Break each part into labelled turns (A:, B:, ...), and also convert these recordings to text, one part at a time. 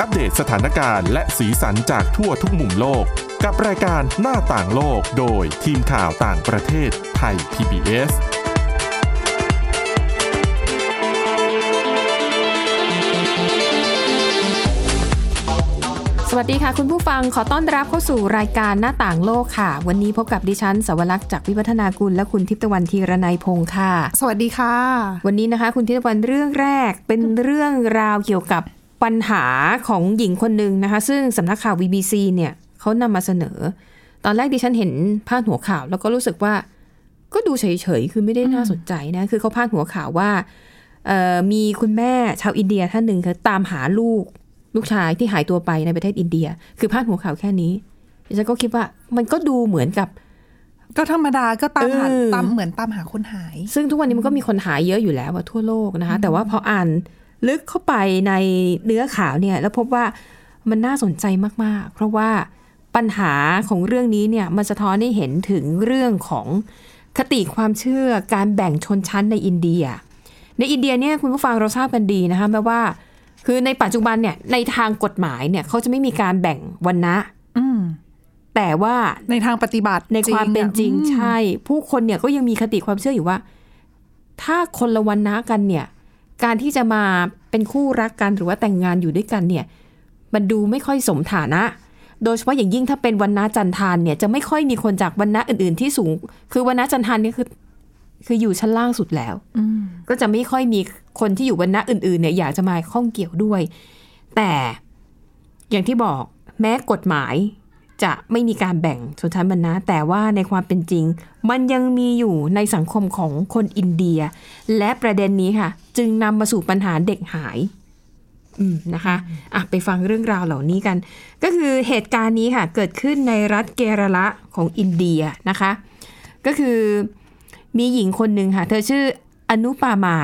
A: อัปเดตสถานการณ์และสีสันจากทั่วทุกมุมโลก กับรายการหน้าต่างโลกโดยทีมข่าวต่างประเทศไทย PBS
B: สวัสดีค่ะ คุณผู้ฟังขอต้อนรับเข้าสู่รายการหน้าต่างโลกค่ะ วันนี้พบกับดิฉันสวรักษ์จากวิวัฒนากุลและคุณทิพย์ตะวันธีรนัยพงค์ค่ะ
C: สวัสดีค่ะ
B: วันนี้นะคะ คุณทิพย์ตะวันเรื่องแรกเป็นเรื่องราวเกี่ยวกับปัญหาของหญิงคนหนึ่งนะคะ ซึ่งสำนักข่าว BBC เนี่ยเขานำมาเสนอ ตอนแรกดิฉันเห็นพาดหัวข่าว แล้วก็รู้สึกว่า ก็ดูเฉยๆ คือไม่ได้น่าสนใจนะ คือเขาพาดหัวข่าวว่าเอ่อมีคุณแม่ชาวอินเดียท่านหนึ่งคือตามหาลูก ลูกชายที่หายตัวไปในประเทศอินเดีย คือพาดหัวข่าวแค่นี้ดิฉันก็คิดว่ามันก็ดูเหมือนกับ
C: ก็ธรรมดาก็ตามหา
B: เออ
C: ตามเหมือนตามหาคนหาย
B: ซึ่งทุกวันนี้มันก็มีคนหายเยอะอยู่แล้วอะทั่วโลกนะคะ แต่ว่าพออ่านลึกเข้าไปในเนื้อข่าวเนี่ย แล้วพบว่ามันน่าสนใจมาก ๆ เพราะว่าปัญหาของเรื่องนี้เนี่ย มันสะท้อนให้เห็นถึงเรื่องของคติความเชื่อการแบ่งชนชั้นในอินเดีย ในอินเดียเนี่ยคุณผู้ฟังเราทราบกันดีนะคะแม้ว่า คือในปัจจุบันเนี่ยในทางกฎหมายเนี่ยเขาจะไม่มีการแบ่งวันนะ
C: อืม
B: แต่ว่า
C: ในทางปฏิบัติ
B: ในความเป็นจริง
C: อะอืม
B: ใช่ ผู้คนเนี่ยก็ยังมีคติความเชื่ออยู่ว่า ถ้าคนละวันนะกันเนี่ย การที่จะมาเป็นคู่รักกันหรือว่าแต่งงานอยู่ด้วยกันเนี่ย มันดูไม่ค่อยสมฐานะ โดยเฉพาะอย่างยิ่งถ้าเป็นวันนะจันทานเนี่ยจะไม่ค่อยมีคนจากวันนะอื่น ๆ ที่สูง คือวันนะจันทานเนี่ยคือ คืออยู่ชั้นล่างสุดแล้ว
C: อืม
B: ก็จะไม่ค่อยมีคนที่อยู่วันณะอื่นๆเนี่ยอยากจะมาข้องเกี่ยวด้วย แต่อย่างที่บอกแม้กฎหมายจะไม่มีการแบ่งชนชั้นวรรณะแต่ว่าในความเป็นจริง มันยังมีอยู่ในสังคมของคนอินเดีย และประเด็นนี้ค่ะ จึงนำมาสู่ปัญหาเด็กหาย อืมนะคะอ่ะไปฟังเรื่องราวเหล่านี้กัน ก็คือเหตุการณ์นี้ค่ะ เกิดขึ้นในรัฐเกราละของอินเดียนะคะ ก็คือมีหญิงคนหนึ่งค่ะ เธอชื่ออนุปามา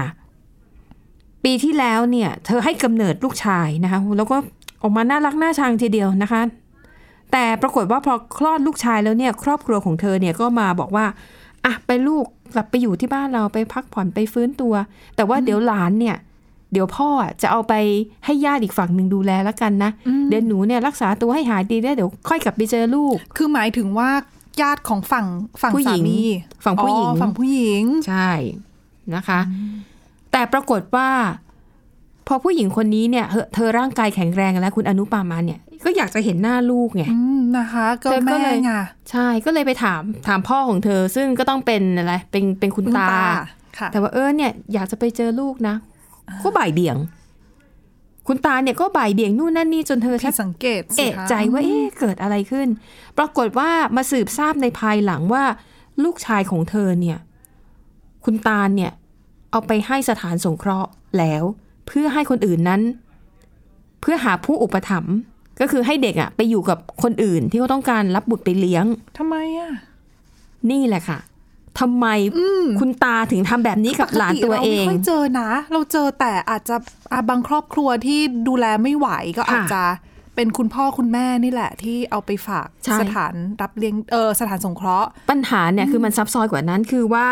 B: ปีที่แล้วเนี่ย เธอให้กำเนิดลูกชายนะคะ แล้วก็ออกมาน่ารักน่าชังทีเดียวนะคะ แต่ปรากฏว่าพอคลอดลูกชายแล้วเนี่ย ครอบครัวของเธอเนี่ยก็มาบอกว่าอ่ะไปลูกกลับไปอยู่ที่บ้านเราไปพักผ่อนไปฟื้นตัว แต่ว่าเดี๋ยวหลานเนี่ย เดี๋ยวพ่ออ่ะจะเอาไปให้ญาติอีกฝั่งหนึ่งดูแลแล้วกันนะเดี๋ยวหนูเนี่ยรักษาตัวให้หายดีได้เดี๋ยวค่อยกลับไปเจอลูก
C: คือหมายถึงว่าญาติของฝั่งฝั่ง
B: ผู้ห
C: สา
B: ญิง
C: มี
B: ฝั่งผู้หญิง
C: อ๋อฝั่งผู้หญิง
B: ใช่นะคะ แต่ปรากฏว่า พอผู้หญิงคนนี้เนี่ยเธอเธอร่างกายแข็งแรงแล้วคุณอนุปามาเนี่ยก็อยากจะเห็นหน้าลูกไง
C: อืมนะคะ ก็
B: เธอก็
C: แม่
B: เลย
C: ไง
B: ใช่ก็เลยไปถามถามพ่อของเธอ ซึ่งก็ต้องเป็นอะไรเป็นเป็นคุณ
C: คุณ
B: ตา
C: ค่ะ
B: แต่ว่าเออเนี่ยอยากจะไปเจอลูกนะ ก็บ่ายเบี่ยง คุณตาเนี่ยก็บ่ายเบี่ยงนู่นนั่นนี่จนเธอชั
C: ผิ
B: ก
C: ดสังเกตสิ
B: เอะ
C: ค
B: ใจว่าเอ๊ะเกิดอะไรขึ้น ปรากฏว่ามาสืบทราบในภายหลังว่า ลูกชายของเธอเนี่ย คุณตาลเนี่ย เอาไปให้สถานสงเคราะห์แล้ว เพื่อให้คนอื่นนั้น เพื่อหาผู้อุปถัมภ์ก็คือให้เด็กอะไปอยู่กับคนอื่นที่เขาต้องการรับบุตรไปเลี้ยง
C: ทำไมอ่ะ
B: นี่แหละค่ะทำไมคุณตาถึงทำแบบนี้กับหลานตัวเอ
C: ปกติ
B: ง
C: เราไม่ค่อยเจอนะ เราเจอแต่อาจจะอาบางครอบครัวที่ดูแลไม่ไหวก็
B: ค่ะ
C: อาจจะเป็นคุณพ่อคุณแม่นี่แหละ ที่เอาไปฝาก
B: ใช่
C: สถานรับเลี้ยงเออสถานสงเคราะห์
B: ปัญหาเนี่ยคือมันซับซ้อนกว่านั้นคือว่า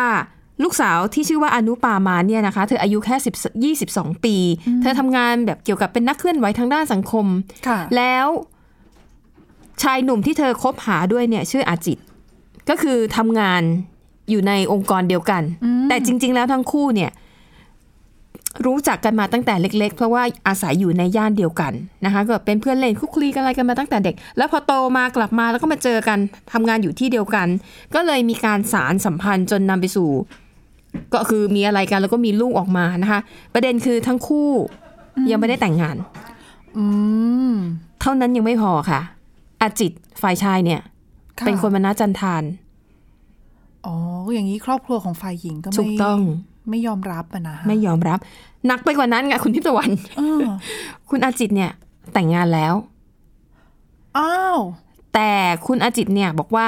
B: ลูกสาวที่ชื่อว่าอนุปามาเนี่ยนะคะ เธออายุแค่10 22 ปี เธอทำงานแบบเกี่ยวกับเป็นนักเคลื่อนไหวทางด้านสังคม
C: ค่ะ
B: แล้วชายหนุ่มที่เธอคบหาด้วยเนี่ยชื่ออาจิต ก็คือทำงานอยู่ในองค์กรเดียวกัน แต่จริง ๆ แล้วทั้งคู่เนี่ย รู้จักกันมาตั้งแต่เล็ก ๆ เพราะว่าอาศัยอยู่ในย่านเดียวกันนะคะก็เป็นเพื่อนเล่นคุกคลีกันอะไรกันมาตั้งแต่เด็ก แล้วพอโตมากลับมาแล้วก็มาเจอกันทำงานอยู่ที่เดียวกัน ก็เลยมีการสารสัมพันธ์จนนำไปสู่ ก็คือมีอะไรกันแล้วก็มีลูกออกมานะคะ ประเด็นคือทั้งคู่ยังไม่ได้แต่งงาน
C: อืม
B: เท่านั้นยังไม่พอค่ะ อาจิตฝ่ายชายเนี่ย
C: ะ
B: เป็นคนมณจันทาน
C: อ๋อ อย่างนี้ครอบครัวของฝ่ายหญิงก็ไม่
B: ถูกต้อง
C: ไม่ยอมรับอะนะ
B: ไม่ยอมรับหนักไปกว่านั้นไงคุณทิพย์ตะวัน
C: เออ
B: คุณอาจิตเนี่ยแต่งงานแล้ว
C: อ้าว
B: แต่คุณอาจิตเนี่ยบอกว่า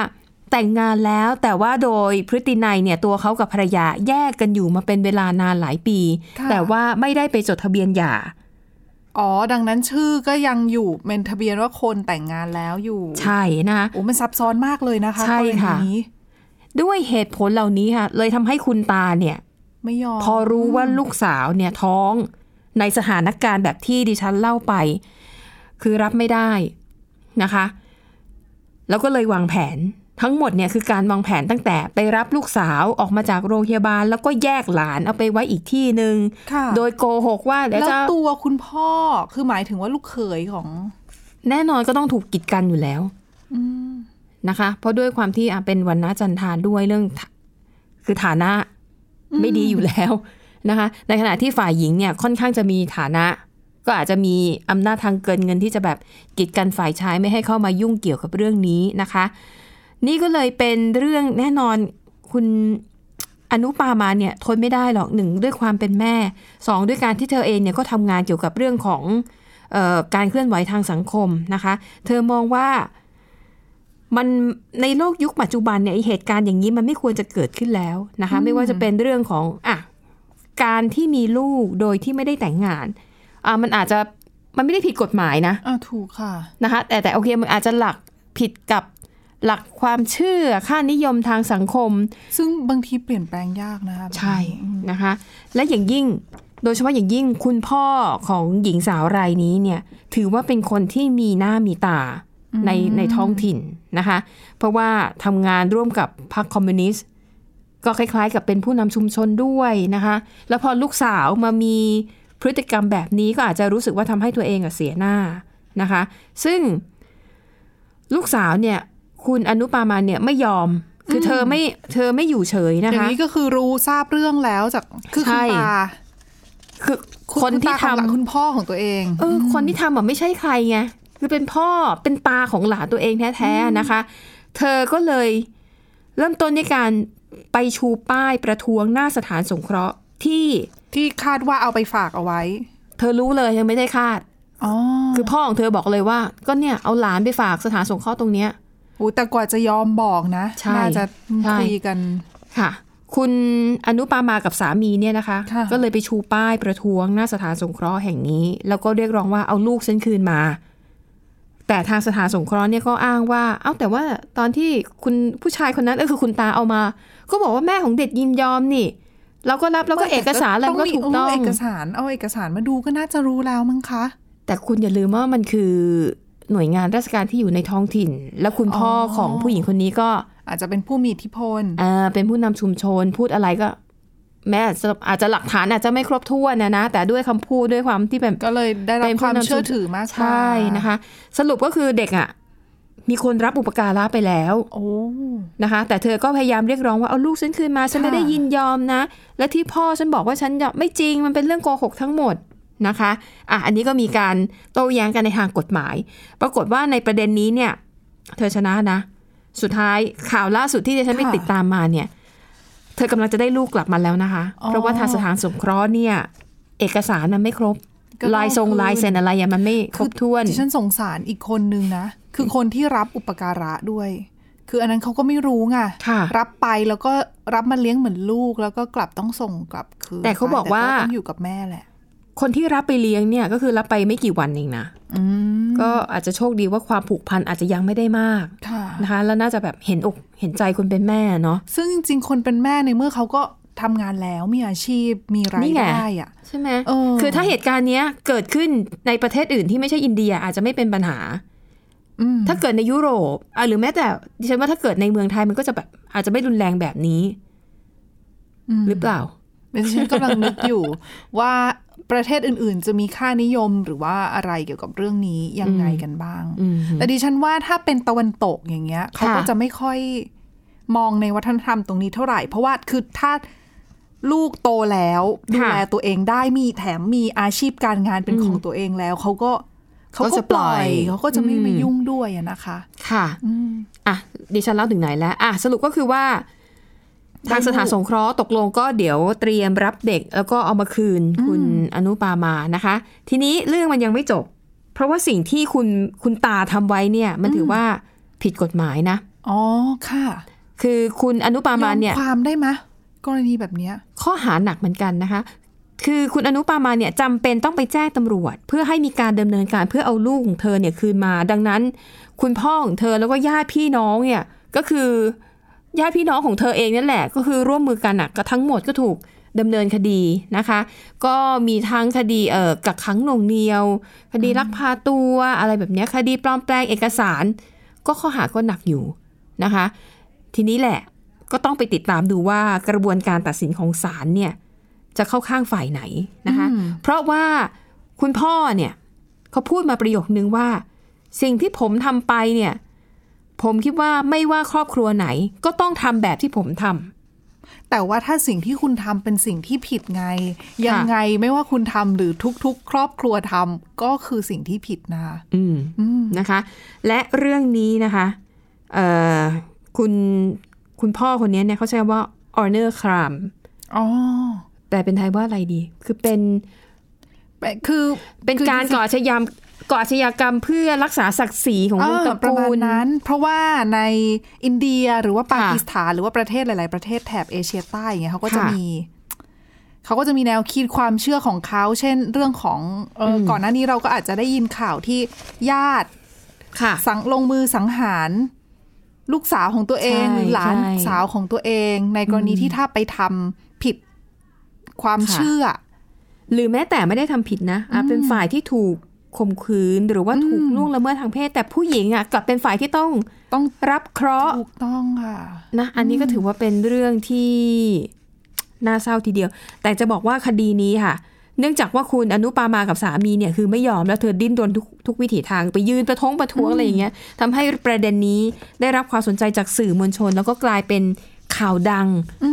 B: แต่งงานแล้วแต่ว่าโดยพฤตินัยเนี่ยตัวเขากับภรรยาแยกกันอยู่มาเป็นเวลานานหลายปี
C: ค่ะ
B: แต่ว่าไม่ได้ไปจดทะเบียนหย่า
C: อ๋อ ดังนั้นชื่อก็ยังอยู่เป็นทะเบียนว่าคนแต่งงานแล้วอยู่
B: ใช่นะคะ
C: โอ้มันซับซ้อนมากเลยนะคะ
B: ใช่
C: กรณี
B: ค่ะ
C: นี้
B: ด้วยเหตุผลเหล่านี้ค่ะ เลยทำให้คุณตาเนี่ย
C: ไม่ยอม
B: พอรู้ว่าลูกสาวเนี่ยท้องในสถานการณ์แบบที่ดิฉันเล่าไป คือรับไม่ได้นะคะ แล้วก็เลยวางแผนทั้งหมดเนี่ยคือการวางแผนตั้งแต่ไปรับลูกสาวออกมาจากโรงพยาบาล แล้วก็แยกหลานเอาไปไว้อีกที่หนึ่ง
C: ค่ะ
B: โดยโกหกว่าเดี๋ยว
C: แล้ว
B: จะ
C: ตัวคุณพ่อคือหมายถึงว่าลูกเขยของ
B: แน่นอนก็ต้องถูกกีดกันอยู่แล้ว
C: อืม
B: นะคะ เพราะด้วยความที่อ่ะเป็นวันนะจันทานด้วยเรื่องฐคือฐานะไม่ดีอยู่แล้วนะคะ ในขณะที่ฝ่ายหญิงเนี่ยค่อนข้างจะมีฐานะ ก็อาจจะมีอำนาจทางเกินเงินที่จะแบบกีดกันฝ่ายชายไม่ให้เข้ามายุ่งเกี่ยวกับเรื่องนี้นะคะ นี่ก็เลยเป็นเรื่องแน่นอนคุณอนุปามาเนี่ยทนไม่ได้หรอกหนึ่งด้วยความเป็นแม่สองด้วยการที่เธอเองเนี่ยก็ทำงานเกี่ยวกับเรื่องของเออการเคลื่อนไหวทางสังคมนะคะ เธอมองว่ามันในโลกยุคปัจจุบันเนี่ยไอ้เหตุการณ์อย่างนี้มันไม่ควรจะเกิดขึ้นแล้วนะคะ ไม่ว่าจะเป็นเรื่องของอ่ะการที่มีลูกโดยที่ไม่ได้แต่งงานอ่ะมันอาจจะมันไม่ได้ผิดกฎหมายนะ
C: อ่าถูกค่ะ
B: นะคะแต่แต่โอเคมันอาจจะหลักผิดกับหลักความเชื่อค่านิยมทางสังคม
C: ซึ่งบางทีเปลี่ยนแปลงยากนะคะ
B: นะคะ และอย่างยิ่งโดยเฉพาะอย่างยิ่งคุณพ่อของหญิงสาวรายนี้เนี่ยถือว่าเป็นคนที่มีหน้ามีตาในในท้องถิ่นนะคะ เพราะว่าทำงานร่วมกับพรรคคอมมิวนิสต์ ก็คล้ายๆ กับเป็นผู้นำชุมชนด้วยนะคะ แล้วพอลูกสาวมามีพฤติกรรมแบบนี้ก็อาจจะรู้สึกว่าทำให้ตัวเองอะเสียหน้านะคะ ซึ่งลูกสาวเนี่ย คุณอนุปามาเนี่ยไม่ยอม คืออเธอไม่เธอไม่อยู่เฉยนะ
C: อย่าง
B: คะ
C: นี้ก็คือรู้ทราบเรื่องแล้วจากคือ
B: ใช่
C: คุณตา
B: คือ
C: ณ
B: คนที่
C: ณตา
B: ทำ
C: ขอบคุณพ่อของตัวเอง
B: เออคนที่ทำอะไม่ใช่ใครไงคือเป็นพ่อเป็นตาของหลานตัวเองแท้ๆนะคะ เธอก็เลยเริ่มต้นในการไปชูป้ายประท้วงหน้าสถานสงเคราะห์ที่
C: ที่คาดว่าเอาไปฝากเอาไว้
B: เธอรู้เลยยังไม่ได้คาด
C: อ๋อ
B: คือพ่อของเธอบอกเลยว่า ก็เนี่ยเอาหลานไปฝากสถานสงเคราะห์ตรงเนี้ย
C: โอ้แต่กว่าจะยอมบอกนะ
B: ใช่
C: น่าจะ
B: ใช่
C: คุยกัน
B: ค่ะ คุณอนุปามากับสามีเนี่ยนะคะ
C: ค่ะ
B: ก็เลยไปชูป้ายประท้วงหน้าสถานสงเคราะห์แห่งนี้ แล้วก็เรียกร้องว่าเอาลูกฉันคืนมา แต่ทางสถานสงเคราะห์เนี่ยก็อ้างว่า เอ้าแต่ว่าตอนที่คุณผู้ชายคนนั้นก็คือคุณตาเอามา ก็บอกว่าแม่ของเด็กยินยอมนี่ เราก็รับแล้วก็เอกสารอะไรมันก็ถูกต้อง
C: เอกสารเอาเอกสารมาดูก็น่าจะรู้แล้วมั้งคะ
B: แต่คุณอย่าลืมว่ามันคือหน่วยงานราชการที่อยู่ในท้องถิ่น และคุณพ่ออ
C: อ
B: ของผู้หญิงคนนี้ก็
C: อาจจะเป็นผู้มีอิทธิพล
B: เอ่อเป็นผู้นำชุมชนพูดอะไรก็ แม้จะอาจจะหลักฐานอาจจะไม่ครบถ้วนนะนะ แต่ด้วยคำพูดด้วยความที่เป็น
C: ก็เลยได้รับ
B: เป็นผู้
C: ความ
B: นำ
C: เชื่อถือมากกว่า
B: ใช่นะคะ สรุปก็คือเด็กอ่ะ มีคนรับอุปการะไปแล้ว
C: โอ้
B: นะคะ แต่เธอก็พยายามเรียกร้องว่าเอาลูกฉันคืนมาฉันไม่
C: ค่ะ
B: ได้ยินยอมนะ และที่พ่อฉันบอกว่าฉันยอมไม่จริงมันเป็นเรื่องโกหกทั้งหมดนะคะอ่ะอันนี้ก็มีการโต้แย้งกันในทางกฎหมาย ปรากฏว่าในประเด็นนี้เนี่ย เธอชนะนะ สุดท้ายข่าวล่าสุดที่ดิฉันไป
C: ค่ะ
B: ติดตามมาเนี่ย เธอกำลังจะได้ลูกกลับมาแล้วนะคะ
C: อ๋อ
B: เพราะว่าทางสถานสงเคราะห์เนี่ย เอกสารมันไม่ครบ
C: ก็ต้อง
B: ลายทรง
C: คืน
B: ลายเซ็นอะไรอะมันไม่ครบถ้วน
C: ดิฉันสงสารอีกคนนึงนะ คือคนที่รับอุปการะด้วย คืออันนั้นเขาก็ไม่รู้ไง
B: ค่ะ
C: รับไปแล้วก็รับมาเลี้ยงเหมือนลูกแล้วก็กลับต้องส่งกลับคืน
B: แต่เขา
C: ไป
B: บอกว่า
C: ต้องอยู่กับแม่แหละ
B: คนที่รับไปเลี้ยงเนี่ยก็คือรับไปไม่กี่วันเองนะ
C: อืม
B: ก็อาจจะโชคดีว่าความผูกพันอาจจะยังไม่ได้มาก
C: ค่ะ
B: นะคะ แล้วน่าจะแบบเห็นอกเห็นใจคนเป็นแม่เนาะ
C: ซึ่งจริงๆคนเป็นแม่ในเมื่อเขาก็ทำงานแล้วมีอาชีพมีราย
B: นี่ไง
C: ได้อะ
B: ใช่ไหม
C: เออ
B: คือถ้าเหตุการณ์เนี้ยเกิดขึ้นในประเทศอื่นที่ไม่ใช่อินเดียอาจจะไม่เป็นปัญหา
C: อืม
B: ถ้าเกิดในยุโรปอ่ะหรือแม้แต่ดิฉันว่าถ้าเกิดในเมืองไทยมันก็จะแบบอาจจะไม่รุนแรงแบบนี้
C: อืม
B: หรือเปล่า
C: ดิฉันกำลังนึกอยู่ ว่าประเทศอื่นๆ จะมีค่านิยมหรือว่าอะไรเกี่ยวกับเรื่องนี้ยังไงกันบ้าง
B: อืม
C: แต่ดิฉันว่าถ้าเป็นตะวันตกอย่างเงี้ยเขาก็
B: ค่ะ
C: จะไม่ค่อยมองในวัฒนธรรมตรงนี้เท่าไหร่ เพราะว่าคือถ้าลูกโตแล้วดูแลตัวเองได้มีแถมมีอาชีพการงานเป็นของตัวเองแล้วเขาก็เขาก็ปล่อยเขาก็จะไม่มายุ่งด้วยอะนะคะ
B: ค่ะ
C: อืม
B: อ่ะดิฉันเล่าถึงไหนแล้วอ่ะสรุปก็คือว่า ทางสถานสงเคราะห์ตกลงก็เดี๋ยวเตรียมรับเด็ก แล้วก็เอามาคืนคุณอนุปามานะคะ ทีนี้เรื่องมันยังไม่จบ เพราะว่าสิ่งที่คุณคุณตาทำไว้เนี่ย มันถือว่าผิดกฎหมายนะ
C: อ๋อค่ะ
B: คือคุณอนุปามาเนี่ย
C: ยอความได้ไหมะกรณีแบบเนี้ย
B: ข้อหาหนักเหมือนกันนะคะ คือคุณอนุปามาเนี่ยจำเป็นต้องไปแจ้งตำรวจ เพื่อให้มีการดำเนินการเพื่อเอาลูกของเธอเนี่ยคืนมา ดังนั้น คุณพ่อของเธอแล้วก็ญาติพี่น้องเนี่ยก็คือญาติพี่น้องของเธอเองนั่นแหละ ก็คือร่วมมือกันอะก็ทั้งหมดก็ถูก ดำเนินคดีนะคะ ก็มีทั้งคดีเอ่อกักขังหน่วงเหนียว คดีลักพาตัวอะไรแบบเนี้ยคดีปลอมแปลงเอกสาร ก็ข้อหาก็หนักอยู่นะคะ ทีนี้แหละก็ต้องไปติดตามดูว่ากระบวนการตัดสินของศาลเนี่ยจะเข้าข้างฝ่ายไหนนะคะ
C: อืม
B: เพราะว่าคุณพ่อเนี่ยเขาพูดมาประโยคนึงว่า สิ่งที่ผมทำไปเนี่ยผมคิดว่าไม่ว่าครอบครัวไหน ก็ต้องทำแบบที่ผมทำ
C: แต่ว่าถ้าสิ่งที่คุณทำเป็นสิ่งที่ผิดไง ยังไงไม่ว่าคุณทำหรือทุกๆ ครอบครัวทำก็คือสิ่งที่ผิดนะ
B: อืม
C: อืม
B: นะคะ และเรื่องนี้นะคะเอ่อคุณคุณพ่อคนนี้เนี่ยเขาใช้ว่า honor crime
C: อ๋อ
B: แต่เป็นไทยว่าอะไรดี คือเป็น
C: แต่คือ
B: เป็น
C: คือ
B: การก่ออาชญามก่ออาชญากรรมเพื่อรักษาศักดิ์ศรีของวงตระ
C: เออประมาณ
B: กูล
C: นั้น เพราะว่าในอินเดียหรือว่าปา
B: ค่ะ
C: กีสถานหรือว่าประเทศหลาย ๆ ประเทศแถบเอเชียใต้อย่างเงี้ยเขาก็จะ
B: ค่ะ
C: มีเขาก็จะมีแนวคิดความเชื่อของเขา เช่นเรื่องของเอออก่อนหน้านี้เราก็อาจจะได้ยินข่าวที่ญาติ
B: ค่ะ
C: สังลงมือสังหาร ลูกสาวของตัวเอง
B: ใช่
C: หรือหลาน
B: ใช่
C: สาวของตัวเอง ในกรณีที่ถ้าไปทำผิดความ
B: ค่ะ
C: เชื่อ
B: หรือแม้แต่ไม่ได้ทำผิดนะอ่ะเป็นฝ่ายที่ถูกข่มขืนหรือว่าถูกล่วงละเมิดทางเพศ แต่ผู้หญิงอ่ะกลับเป็นฝ่ายที่ต้อง
C: ต้อง
B: รับเคราะห์
C: ถูกต้องค่ะ
B: นะอันนี้ก็ถือว่าเป็นเรื่องที่ น่าเศร้าทีเดียว แต่จะบอกว่าคดีนี้ค่ะ เนื่องจากว่าคุณอนุปามากับสามีเนี่ยคือไม่ยอมแล้วเธอดิ้นรนทุกทุกวิถีทางไปยืนประท้วงประท้วงอะไรอย่างเงี้ยทำให้ประเด็นนี้ได้รับความสนใจจากสื่อมวลชน แล้วก็กลายเป็นข่าวดัง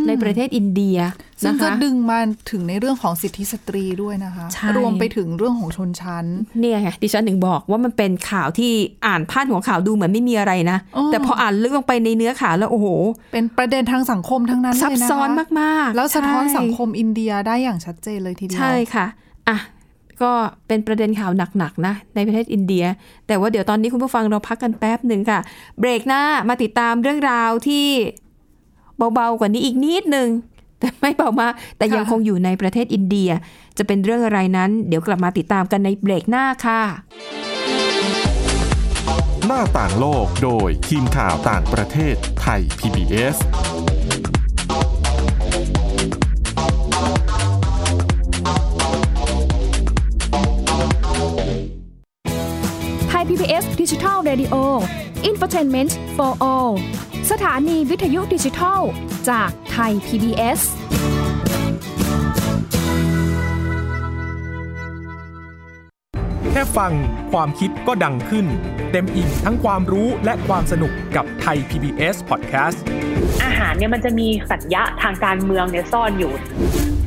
B: ในประเทศอินเดีย
C: ซึ่ง
B: นะ
C: ก็
B: คะ
C: ดึงมาถึงในเรื่องของสิทธิสตรีด้วยนะคะ
B: ใช่
C: รวมไปถึงเรื่องของชนชั้น
B: เนี่ยไงดิฉันถึงบอกว่ามันเป็นข่าวที่อ่านพาดหัวข่าวดูเหมือนไม่มีอะไรนะ
C: อ๋อ
B: แต่พออ่านลึกลงไปในเนื้อข่าวแล้วโอ้โห
C: เป็นประเด็นทางสังคมทั้งนั้นเลย
B: ซับ
C: นะคะ
B: ซ้อนมากๆ
C: แล้วสะท้อน
B: ใช่
C: สังคมอินเดียได้อย่างชัดเจนเลยทีเดีว
B: ใช่ค่ะ อ่ะ ก็เป็นประเด็นข่าวหนักๆนะ ในประเทศอินเดีย แต่ว่าเดี๋ยวตอนนี้คุณผู้ฟังเราพักกันแป๊บหนึ่งค่ะ เบรกหน้ามาติดตามเรื่องราวที่เบาๆกว่านี้อีกนิดนึง แต่ไม่เบามากแต่ยังคงอยู่ในประเทศอินเดีย จะเป็นเรื่องอะไรนั้น เดี๋ยวกลับมาติดตามกันในเบรกหน้าค่ะ
A: หน้าต่างโลกโดยทีมข่าวต่างประเทศไทย PBS
D: ไทย PBS Digital Radio Infotainment for All สถานีวิทยุดิจิทัลจากไทย PBS
E: แค่ฟังความคิดก็ดังขึ้น เต็มอิ่งทั้งความรู้และความสนุกกับไทย PBS Podcast
F: อาหารเนี่ยมันจะมีสัญญะทางการเมืองเนี่ยซ่อนอยู่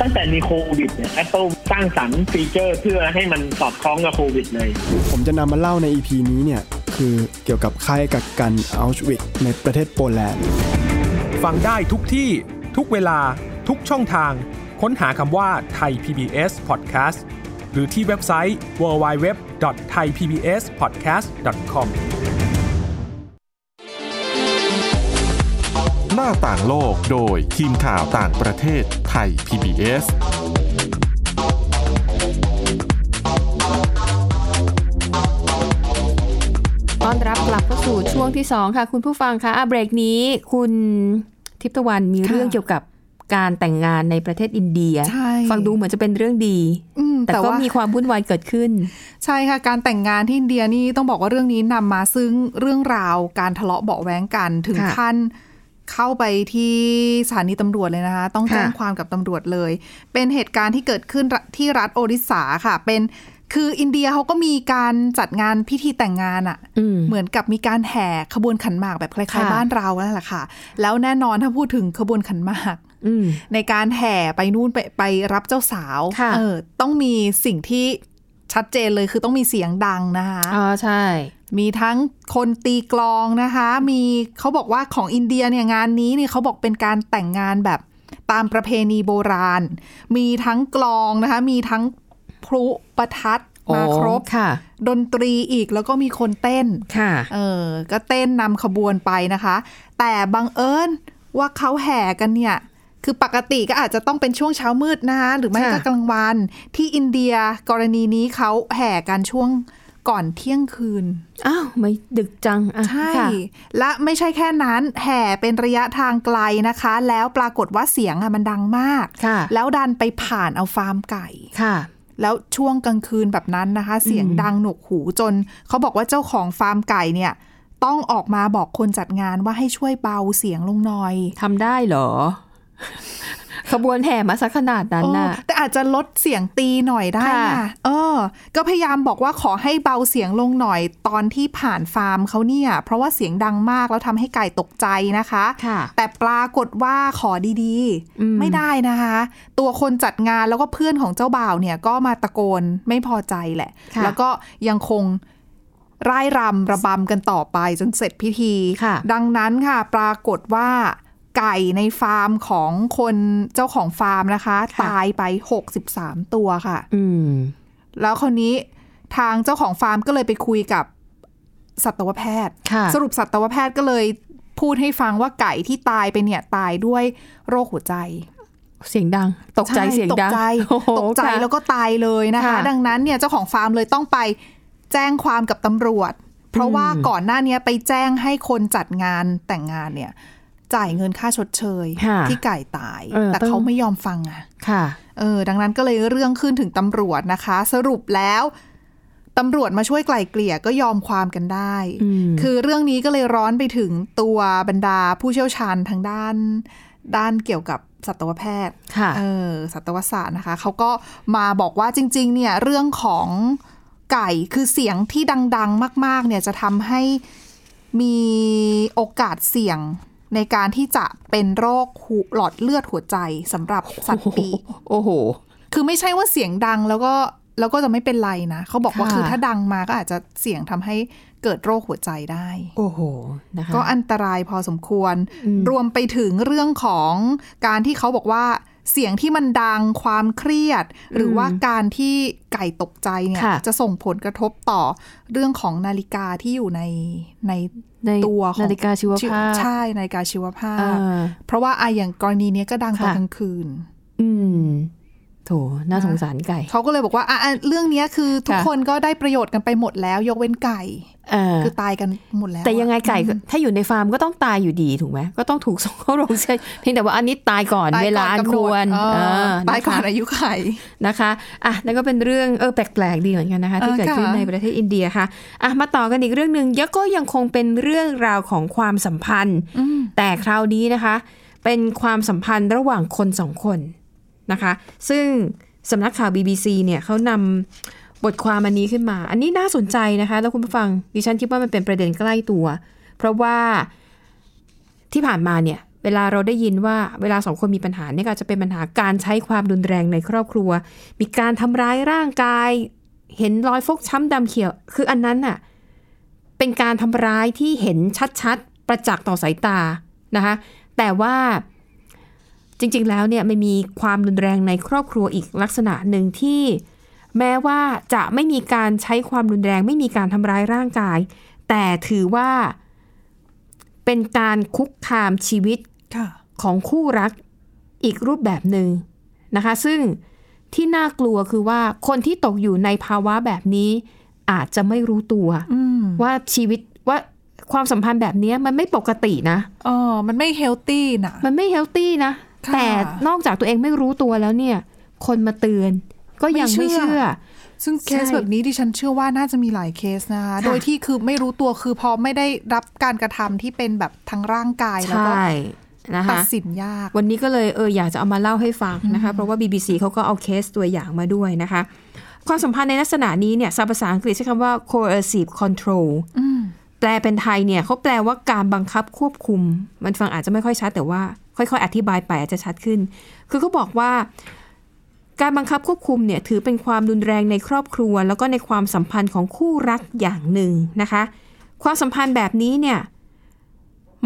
G: ตั้งแต่มีโควิดเนี่ย Apple สร้างสรรค์ฟีเจอร์เพื่อให้มันสอดคล้องกับโควิดเลย
H: ผมจะนำมาเล่าใน EP นี้เนี่ย คือเกี่ยวกับค่ายกักกันอัลชวิกในประเทศโปแลนด์
E: ฟังได้ทุกที่ ทุกเวลา ทุกช่องทาง ค้นหาคำว่าไทย PBS Podcast หรือที่เว็บไซต์ www.thaipbspodcast.com
A: หน้าต่างโลกโดยทีมข่าวต่างประเทศไทย PBS
B: ต้อนรับกลับเข้าสู่ช่วงที่ 2 ค่ะ คุณผู้ฟังคะอ่ะเบรกนี้คุณทิพย์ตะวันมีเรื่องเกี่ยวกับการแต่งงานในประเทศอินเดีย
C: ใช่
B: ฟังดูเหมือนจะเป็นเรื่องดี
C: อืม
B: แต่ก็
C: ว่า
B: มีความวุ่นวายเกิดขึ้น
C: ใช่ค่ะ การแต่งงานที่อินเดียนี่ต้องบอกว่าเรื่องนี้นำมาซึ่งเรื่องราวการทะเลาะเบาะแว้งกันถึง
B: ค่ะ
C: ขั้นเข้าไปที่สถานีตำรวจเลยนะคะ ต้องแจ้ง
B: ค่ะ
C: ความกับตำรวจเลย เป็นเหตุการณ์ที่เกิดขึ้นที่รัฐโอริสาค่ะ เป็นคืออินเดียเขาก็มีการจัดงานพิธีแต่งงานอะ
B: อืม
C: เหมือนกับมีการแห่ขบวนขันหมากแบบคล้าย
B: ค่ะ
C: ๆบ้านเรานั่นแหละค่ะ แล้วแน่นอนถ้าพูดถึงขบวนขันหมาก
B: อืม
C: ในการแห่ไปนู่นไปไปรับเจ้าสาว
B: ค่ะ
C: เออต้องมีสิ่งที่ชัดเจนเลยคือต้องมีเสียงดังนะคะ
B: อ๋อใช่
C: มีทั้งคนตีกลองนะคะ มีเขาบอกว่าของอินเดียเนี่ยงานนี้เนี่ยเขาบอกเป็นการแต่งงานแบบตามประเพณีโบราณ มีทั้งกลองนะคะ มีทั้ง พลุประทัดมาครบ
B: ค่ะ
C: ดนตรีอีกแล้วก็มีคนเต้น
B: ค่ะ
C: เออ ก็เต้นนำขบวนไปนะคะ แต่บังเอิญว่าเขาแห่กันเนี่ย คือปกติก็อาจจะต้องเป็นช่วงเช้ามืดนะคะหรือไม่
B: ค่ะ
C: ก็กลางวัน ที่อินเดียกรณีนี้เขาแห่กันช่วงก่อนเที่ยงคืน
B: อ้าวไม่ดึกจังอ่ะ
C: ใช่
B: ค่ะ
C: และไม่ใช่แค่นั้น แห่เป็นระยะทางไกลนะคะ แล้วปรากฏว่าเสียงอะมันดังมาก
B: ค่ะ
C: แล้วดันไปผ่านเอาฟาร์มไก่
B: ค่ะ
C: แล้วช่วงกลางคืนแบบนั้นนะคะ เสียงดังหนวกหูจน เขาบอกว่าเจ้าของฟาร์มไก่เนี่ย ต้องออกมาบอกคนจัดงานว่าให้ช่วยเบาเสียงลงหน่อย
B: ทำได้ เหรอ ขบวนแห่มาสักขนาดนั้นน่ะ
C: เออแต่อาจจะลดเสียงตีหน่อยได้
B: ค่ะ
C: นะเออ ก็พยายามบอกว่าขอให้เบาเสียงลงหน่อย ตอนที่ผ่านฟาร์มเขาเนี่ย เพราะว่าเสียงดังมากแล้วทำให้ไก่ตกใจนะคะ
B: ค่ะ
C: แต่ปรากฏว่าขอดี
B: อืม
C: ๆ ไม่ได้นะคะ ตัวคนจัดงานแล้วก็เพื่อนของเจ้าบ่าวเนี่ยก็มาตะโกนไม่พอใจแหละ
B: ค่ะ
C: แล้วก็ยังคงร่ายรำระบำกันต่อไปจนเสร็จพิธี
B: ค่ะ
C: ดังนั้นค่ะ ปรากฏว่าไก่ในฟาร์มของคนเจ้าของฟาร์มนะคะ
B: ค่ะ
C: ตายไป 63 ตัวค่ะ
B: อืม
C: แล้วคราวนี้ทางเจ้าของฟาร์มก็เลยไปคุยกับสัตวแพทย์
B: ค่ะ
C: สรุปสัตวแพทย์ก็เลยพูดให้ฟังว่าไก่ที่ตายไปเนี่ยตายด้วยโรคหัวใจ
B: เสียงดัง ตกใจเสียงดัง
C: ตกใจ
B: โอ้โห
C: ตกใจ
B: ค่ะ
C: แล้วก็ตายเลยนะคะ
B: ค่ะ
C: ดังนั้นเนี่ยเจ้าของฟาร์มเลยต้องไปแจ้งความกับตำรวจ เพราะว่า
B: อืม
C: ก่อนหน้าเนี้ยไปแจ้งให้คนจัดงานแต่งงานเนี่ย จ่ายเงินค่าชดเชย
B: ค่ะ
C: ที่ไก่ตาย
B: เออ
C: แต่
B: ต้อง
C: เขาไม่ยอมฟังอะ
B: ค่ะ
C: เออดังนั้นก็เลยเรื่องขึ้นถึงตำรวจนะคะ สรุปแล้วตำรวจมาช่วยไกล่เกลี่ยก็ยอมความกันได้
B: อืม
C: คือเรื่องนี้ก็เลยร้อนไปถึงตัวบรรดาผู้เชี่ยวชาญทางด้าน ด้านเกี่ยวกับสัตวแพทย์
B: ค่ะ
C: เออสัตวศาสตร์นะคะ เขาก็มาบอกว่าจริง ๆ เนี่ยเรื่องของไก่คือเสียงที่ดัง ๆ มาก ๆ เนี่ยจะทำให้มีโอกาสเสี่ยงในการที่จะเป็นโรคหูหลอดเลือดหัวใจสำหรับสัตว์ปีก
B: โอ้โห
C: คือไม่ใช่ว่าเสียงดังแล้วก็แล้วก็จะไม่เป็นไรนะ เขาบอกว่า
B: ค่ะ
C: คือถ้าดังมาก็อาจจะเสี่ยงทำให้เกิดโรคหัวใจได้
B: โอ้โห นะคะ
C: ก็อันตรายพอสมควร
B: อืม
C: รวมไปถึงเรื่องของการที่เขาบอกว่าเสียงที่มันดังความเครียด หรือว่าการที่ไก่ตกใจเนี่ย
B: ค่ะ
C: จะส่งผลกระทบต่อเรื่องของนาฬิกาที่อยู่ในใน
B: ใน
C: ตัวของ
B: นาฬิกาชีวภาพ
C: ใช่นาฬิกาชีวภาพ
B: อ่า
C: เพราะว่าอะอย่างกรณีเนี้ยก็ดังตอน
B: ค่ะ
C: กลางคืน
B: อืม โถ น่าสงสารไก่
C: เขาก็เลยบอกว่าอ่ะอ่ะเรื่องเนี้ยคือทุก
B: ค่ะ
C: คนก็ได้ประโยชน์กันไปหมดแล้ว ยกเว้นไก่
B: เออ
C: คือตายกันหมดแล้ว
B: แต่ยังไงไก่
C: อะ
B: ก็ถ้าอยู่ในฟาร์มก็ต้องตายอยู่ดีถูกไหม ก็ต้องถูกส่งเข้าโรงเชือด เพียงแต่ว่าอันนี้ตายก่อน
C: ตย
B: เวลาอัน
C: ก่
B: ค
C: กำหด
B: วร
C: เออ
B: เออ
C: ตายก่อนะคะ อายุไข
B: นะคะอ่ะนั่นก็เป็นเรื่องเออแปลกๆดีเหมือนกันนะคะ ที่
C: เออ
B: เกิดขึ้น
C: ค่ะ
B: ในประเทศอินเดียค่ะอ่ะมาต่อกันอีกเรื่องหนึ่งยะก็ยังคงเป็นเรื่องราวของความสัมพันธ์ แต่คราวนี้นะคะ เป็นความสัมพันธ์ระหว่างคนสองคนนะคะ ซึ่งสำนักข่าว BBC เนี่ยเขานำบทความอันนี้ขึ้นมา อันนี้น่าสนใจนะคะ แล้วคุณผู้ฟังดิฉันคิดว่ามันเป็นประเด็นใกล้ตัว เพราะว่าที่ผ่านมาเนี่ย เวลาเราได้ยินว่าเวลาสองคนมีปัญหาเนี่ยก็อาจจะเป็นปัญหาการใช้ความรุนแรงในครอบครัว มีการทำร้ายร่างกาย เห็นรอยฟกช้ำดำเขียว คืออันนั้นน่ะ เป็นการทำร้ายที่เห็นชัดๆ ประจักษ์ต่อสายตานะคะ แต่ว่าจริงๆแล้วเนี่ยมันมีความรุนแรงในครอบครัวอีกลักษณะหนึ่งที่ แม้ว่าจะไม่มีการใช้ความรุนแรง ไม่มีการทำร้ายร่างกาย แต่ถือว่าเป็นการคุกคามชีวิต
C: ค่ะ
B: ของคู่รักอีกรูปแบบหนึ่งนะคะ ซึ่งที่น่ากลัวคือว่าคนที่ตกอยู่ในภาวะแบบนี้ อาจจะไม่รู้ตัว
C: อืม
B: ว่าชีวิตว่าความสัมพันธ์แบบเนี้ยมันไม่ปกตินะ
C: เออมันไม่เฮลตี้นะ
B: มันไม่เฮลตี้นะ
C: ค่ะ
B: แต่นอกจากตัวเองไม่รู้ตัวแล้วเนี่ย คนมาเตือนก็ยังไม่เชื่อ
C: ซึ่งเคส
B: ใช่
C: แบบนี้ดิฉันเชื่อว่าน่าจะมีหลายเคสนะคะ
B: ค่ะ
C: โดยที่คือไม่รู้ตัวคือพอไม่ได้รับการกระทำที่เป็นแบบทางร่างกาย
B: ใช
C: แล้วก็
B: ่นะคะ
C: ตัดสินยาก
B: วันนี้ก็เลยเอออยากจะเอามาเล่าให้ฟังนะคะ เพราะว่า BBC เขาก็เอาเคสตัวอย่างมาด้วยนะคะ ความสัมพันธ์ในลักษณะนี้เนี่ยภาษาอังกฤษใช้คำว่า coercive control แปลเป็นไทยเนี่ยเขาแปลว่าการบังคับควบคุม มันฟังอาจจะไม่ค่อยชัดแต่ว่า ค่อยๆ อธิบายไปอาจจะชัดขึ้น คือเขาบอกว่า การบังคับควบคุมเนี่ยถือเป็นความรุนแรงในครอบครัว แล้วก็ในความสัมพันธ์ของคู่รักอย่างหนึ่งนะคะ ความสัมพันธ์แบบนี้เนี่ย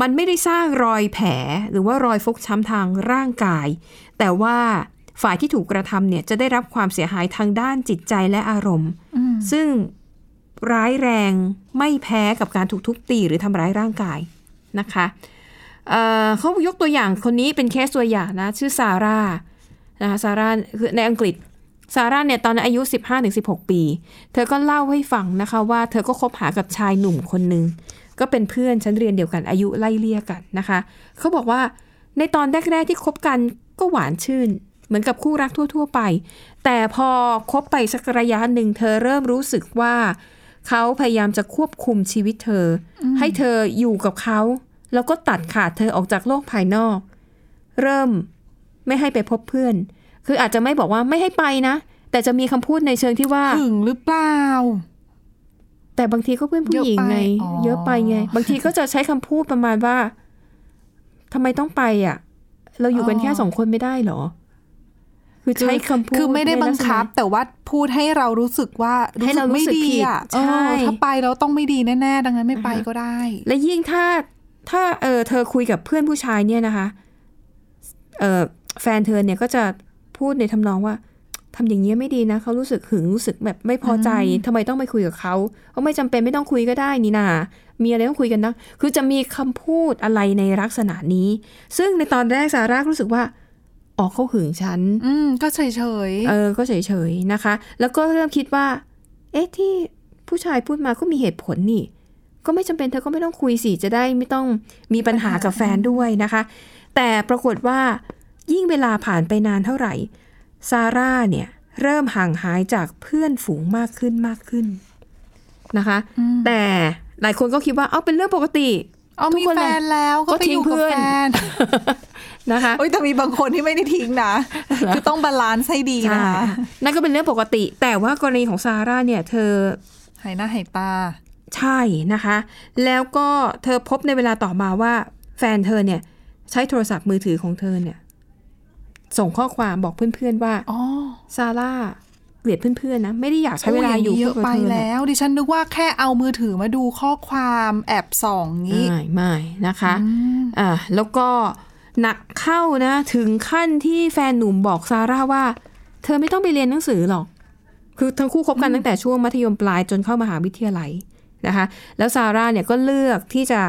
B: มันไม่ได้สร้างรอยแผลหรือว่ารอยฟกช้ำทางร่างกาย แต่ว่า ฝ่ายที่ถูกกระทำเนี่ยจะได้รับความเสียหายทางด้านจิตใจและอารมณ์
C: อืม
B: ซึ่งร้ายแรงไม่แพ้กับการถูกทุบตีหรือทำร้ายร่างกายนะคะเอ่อเขายกตัวอย่างคนนี้เป็นเคสตัวอย่างนะ ชื่อซาร่านะคะซาร่าคือในอังกฤษซาร่าเนี่ยตอนนั้นอายุ 15-16 ปี เธอก็เล่าให้ฟังนะคะว่าเธอก็คบหากับชายหนุ่มคนหนึ่ง ก็เป็นเพื่อนชั้นเรียนเดียวกันอายุไล่เลี่ยกันนะคะ เขาบอกว่าในตอนแรกๆที่คบกันก็หวานชื่น เหมือนกับคู่รักทั่ว ๆ ไป แต่พอคบไปสักระยะหนึ่งเธอเริ่มรู้สึกว่า เขาพยายามจะควบคุมชีวิตเธออให้เธออยู่กับเขา แล้วก็ตัดขาดเธอออกจากโลกภายนอก เริ่มไม่ให้ไปพบเพื่อน คืออาจจะไม่บอกว่าไม่ให้ไปนะ แต่จะมีคำพูดในเชิงที่ว่า
C: หึงหรือเปล่า
B: แต่บางทีก็เพื่อนผู้หญิงไง
C: เยอะไปอ๋อ
B: เยอะไปไง บางทีก็จะใช้คำพูดประมาณว่าทำไมต้องไปอ่ะ เราอยู่กันแค่สองคนไม่ได้เหรอ คือใช้คำพูด
C: คือไม่ได้
B: ใน
C: บั
B: ลั
C: ง
B: กษณะ
C: คับ แต่ว่าพูดให้เรารู้สึกว่า
B: ให้เรารู้
C: ไม่
B: สึก
C: ดี
B: ผิด
C: อ่ะ
B: ใช่
C: เออถ้าไปแล้วต้องไม่ดีแน่ๆ ดังนั้นไม่ไปก็ได้
B: และยิ่งถ้าถ้าเออเธอคุยกับเพื่อนผู้ชายเนี่ยนะคะเออแฟนเธอเนี่ยก็จะพูดในทำนองว่าทำอย่างเงี้ยไม่ดีนะเขารู้สึกหึงรู้สึกแบบไม่พอใจทำไมต้องไปคุยกับเขาเขาไม่จำเป็นไม่ต้องคุยก็ได้นี่นามีอะไรต้องคุยกันนะคือจะมีคำพูดอะไรในลักษณะนี้ ซึ่งในตอนแรกซาร่ารู้สึกว่าอ๋อเขาหึงฉัน
C: อืม ก็เฉย
B: เออ ก็เฉยๆ นะคะ แล้วก็เริ่มคิดว่า เอ๊ะ ที่ผู้ชายพูดมาก็มีเหตุผลนี่ ก็ไม่จำเป็นเธอก็ไม่ต้องคุยสิ จะได้ไม่ต้องมีปัญหากับแฟนด้วยนะคะ แต่ปรากฏว่ายิ่งเวลาผ่านไปนานเท่าไหร่ ซาร่าเนี่ย เริ่มห่างหายจากเพื่อนฝูงมากขึ้นมากขึ้นนะคะ แต่หลายคนก็คิดว่าเอาเป็นเรื่องปกติ
C: ๆ เอามีแฟนแล้วก็ไปอยู่กับแฟน
B: นะคะ
C: โอ้ยแต่มีบางคนที่ไม่ได้ทิ้ง นะ คือต้องบาลานซ์ให้ดี
B: ใช่
C: นะคะ
B: นั่นก็เป็นเรื่องปกติ แต่ว่ากรณีของซาร่าเนี่ยเธอ
C: หายหน้าหายตา
B: ใช่นะคะ แล้วก็เธอพบในเวลาต่อมาว่าแฟนเธอเนี่ย ใช้โทรศัพท์มือถือของเธอเนี่ย ส่งข้อความบอกเพื่อนๆว่า
C: อ๋อ
B: ซาร่าเกลียดเพื่อนๆนะ ไม่ได้อยากใช้เวลาอยู่
C: โเยอะ
B: กับ
C: ไป
B: เธอ
C: แล้ว ดิฉันนึกว่าแค่เอามือถือมาดูข้อความแอบส่องนี้
B: ไม่ไม่นะคะอ่าแล้วก็หนักเข้านะ ถึงขั้นที่แฟนหนุ่มบอกซาร่าว่า เธอไม่ต้องไปเรียนหนังสือหรอก คือทั้งคู่คบกันตั้งแต่ช่วงมัธยมปลายจนเข้ามหาวิทยาลัยนะคะ แล้วซาร่าเนี่ยก็เลือกที่จะ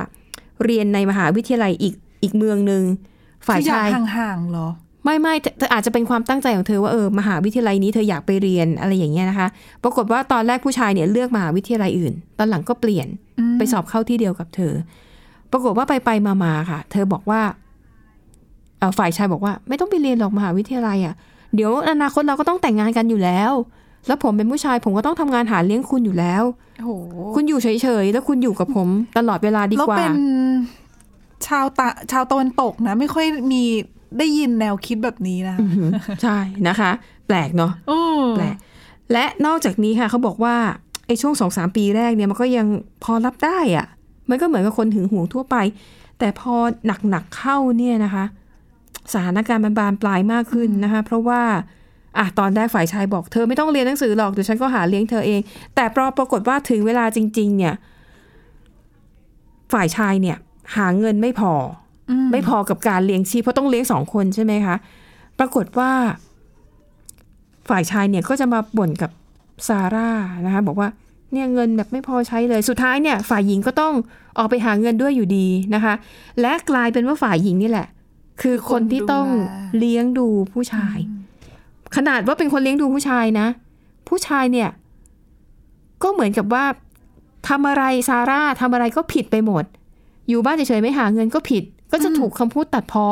B: เรียนในมหาวิทยาลัยอีกอีกเมืองหนึ่งฝ่าย
C: คืออ
B: ชาย
C: ห่างๆเหรอ
B: ไม่ไม่เธอเธออาจจะเป็นความตั้งใจของเธอว่าเออมหาวิทยาลัยนี้เธออยากไปเรียนอะไรอย่างเงี้ยนะคะ ปรากฏว่าตอนแรกผู้ชายเนี่ยเลือกมหาวิทยาลัยอื่น ตอนหลังก็เปลี่ยนไปสอบเข้าที่เดียวกับเธอ ปรากฏว่าไปไปมามาๆค่ะ เธอบอกว่าเอ่อฝ่ายชายบอกว่า ไม่ต้องไปเรียนหรอกมหาวิทยาลัยอะ่ะเดี๋ยวอนาคตเราก็ต้องแต่งงานกันอยู่แล้ว แล้วผมเป็นผู้ชายผมก็ต้องทำงานหาเลี้ยงคุณอยู่แล้ว
C: โอ้โห
B: คุณอยู่เฉยๆแล้วคุณอยู่กับผมตลอดเวลาดี
C: แล้ว
B: กว่า
C: เป็นชาวตะชาวตะวันตกนะ ไม่ค่อยมีได้ยินแนวคิดแบบนี้นะ
B: อืมใช่นะคะ แปลกเนาะ
C: โอ้
B: แปลกและนอกจากนี้ค่ะเขาบอกว่าไอ้ช่วงสองสามปีแรกเนี่ยมันก็ยังพอรับได้อะมันก็เหมือนกับคนถึงห่วงทั่วไป แต่พอหนักๆเข้าเนี่ยนะคะ สถานการณ์มันบานปลายมากขึ้นนะคะ เพราะว่าอ่ะตอนแรกฝ่ายชายบอกเธอไม่ต้องเรียนหนังสือหรอกเดี๋ยวฉันก็หาเลี้ยงเธอเอง แต่ปรปรากฏว่าถึงเวลาจริง ๆ เนี่ย ฝ่ายชายเนี่ย หาเงินไม่พออไม่พอกับการเลี้ยงชีพเพราะต้องเลี้ยงสองคนใช่ไหมคะ ปรากฏว่า ฝ่ายชายเนี่ยก็จะมาบ่นกับซาร่านะคะบอกว่าเนี่ยเงินแบบไม่พอใช้เลยสุดท้ายเนี่ย ฝ่ายหญิงก็ต้องออกไปหาเงินด้วยอยู่ดีนะคะ และกลายเป็นว่าฝ่ายหญิงนี่แหละ คือคนที่ต้องเลี้ยงดูผู้ชาย ขนาดว่าเป็นคนเลี้ยงดูผู้ชายนะ ผู้ชายเนี่ย ก็เหมือนกับว่าทำอะไรซาร่าทำอะไรก็ผิดไปหมด อยู่บ้านเฉยๆไม่หาเงินก็ผิด ก็จะถูกคำพูดตัดพ้อ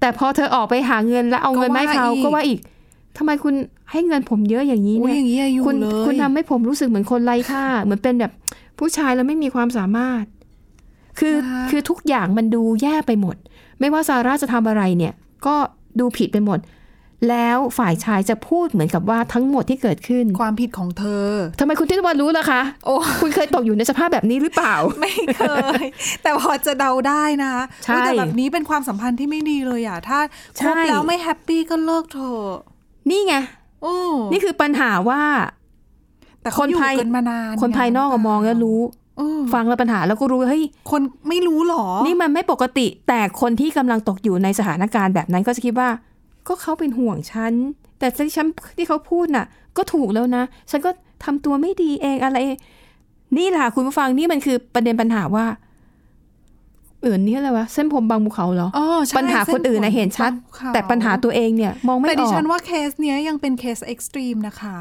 B: แต่พอเธอออกไปหาเงินแล้วเอาเงินมาให้เขาก็ว่าอีกทำไมคุณให้เงินผมเยอะอย่างนี้
C: โอ้ย
B: เนี่
C: อย ย่างนี้อายุ
B: คุณ
C: เลย
B: คุณทำให้ผมรู้สึกเหมือนคนไร้ค่า เหมือนเป็นแบบผู้ชายแล้วไม่มีความสามารถ คือคือทุกอย่างมันดูแย่ไปหมด ไม่ว่าซาร่าจะทำอะไรเนี่ย ก็ดูผิดไปหมด แล้วฝ่ายชายจะพูดเหมือนกับว่าทั้งหมดที่เกิดขึ้น
C: ความผิดของเธอ
B: ทำไมคุณทิตวันรู้ล่ะคะ
C: โอ้
B: คุณเคยตกอยู่ในสภาพแบบนี้หรือเปล่า
C: ไม่เค ย แต่พอจะเดาได้นะคะ
B: ใช่
C: อุ๊ยแต่แบบนี้เป็นความสัมพันธ์ที่ไม่ดีเลยอ่ะ ถ้าค
B: ใช่
C: บแล้วไม่แฮปปี้ก็เลิกเถอะ
B: นี่ไง
C: โอ้
B: นี่คือปัญหาว่า
C: แต่เขา
B: คน
C: อยู่
B: ภาย
C: กันมานาน
B: คนภายนอกอะมองแล้วรู้
C: เออ
B: ฟังแล้วปัญหาแล้วก็รู้เฮ้ย
C: คนไม่รู้หรอ
B: นี่มันไม่ปกติ แต่คนที่กำลังตกอยู่ในสถานการณ์แบบนั้นก็จะคิดว่า ก็เขาเป็นห่วงฉัน แต่ที่ฉันที่เขาพูดน่ะ ก็ถูกแล้วนะ ฉันก็ทำตัวไม่ดีเองอะไรเองนี่แหละค่ะคุณผู้ฟังนี่มันคือประเด็นปัญหาว่าเอือนนี่อะไรวะเส้นผมบางภูเขาเหรอ
C: อ๋อใช่
B: ปัญหาคนอื่นนะเห็นชัด
C: ส้ผมขว
B: แต่ปัญหาตัวเองเนี่ย มองไม่อ
C: แต่ดิ
B: อก
C: ฉันว่าเคสเนี้ยยังเป็นเคสเอ็กซ์ตรีมนะคะ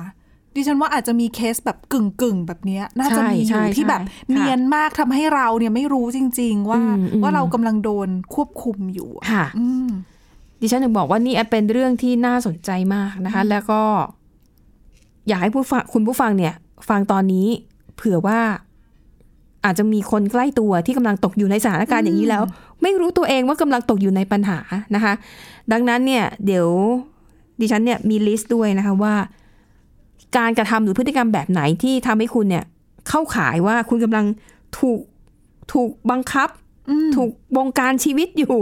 C: ดิฉันว่าอาจจะมีเคสแบบกึ่งกึ่งๆแบบเนี้ยน่าจะมีอ
B: ใช่
C: ยู่
B: ใช่
C: ที่แบบ
B: ใช่
C: เนียน
B: ค่ะ
C: มากทำให้เราเนี่ยไม่รู้จริง ๆ ว่า
B: อืมอืม
C: ว่าเรากำลังโดนควบคุมอยู่อะ
B: ค่ะ
C: อืม
B: ดิฉันถึงบอกว่านี่เป็นเรื่องที่น่าสนใจมากนะคะ แล้วก็ อยากให้ผู้ฟังคุณผู้ฟังเนี่ย ฟังตอนนี้เผื่อว่า อาจจะมีคนใกล้ตัวที่กำลังตกอยู่ในสถานการณ์อย่างนี้แล้ว ไม่รู้ตัวเองว่ากำลังตกอยู่ในปัญหานะคะ ดังนั้นเนี่ย เดี๋ยว ดิฉันเนี่ยมีลิสต์ด้วยนะคะว่า การกระทำหรือพฤติกรรมแบบไหนที่ทำให้คุณเนี่ย เข้าขายว่าคุณกำลังถูกถูกบังคับ ถูกบงการชีวิตอยู่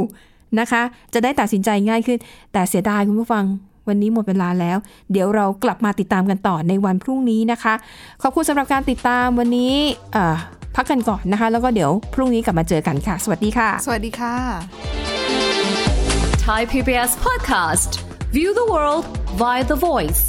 B: นะคะ จะได้ตัดสินใจง่ายขึ้น แต่เสียดายคุณผู้ฟังวันนี้หมดเวลาแล้ว เดี๋ยวเรากลับมาติดตามกันต่อในวันพรุ่งนี้นะคะ ขอบคุณสำหรับการติดตามวันนี้เอ่อพักกันก่อนนะคะ แล้วก็เดี๋ยวพรุ่งนี้กลับมาเจอกันค่ะ สวัสดีค่ะ
C: สวัสดีค่ะ
I: Thai PBS podcast. View the world via the voice.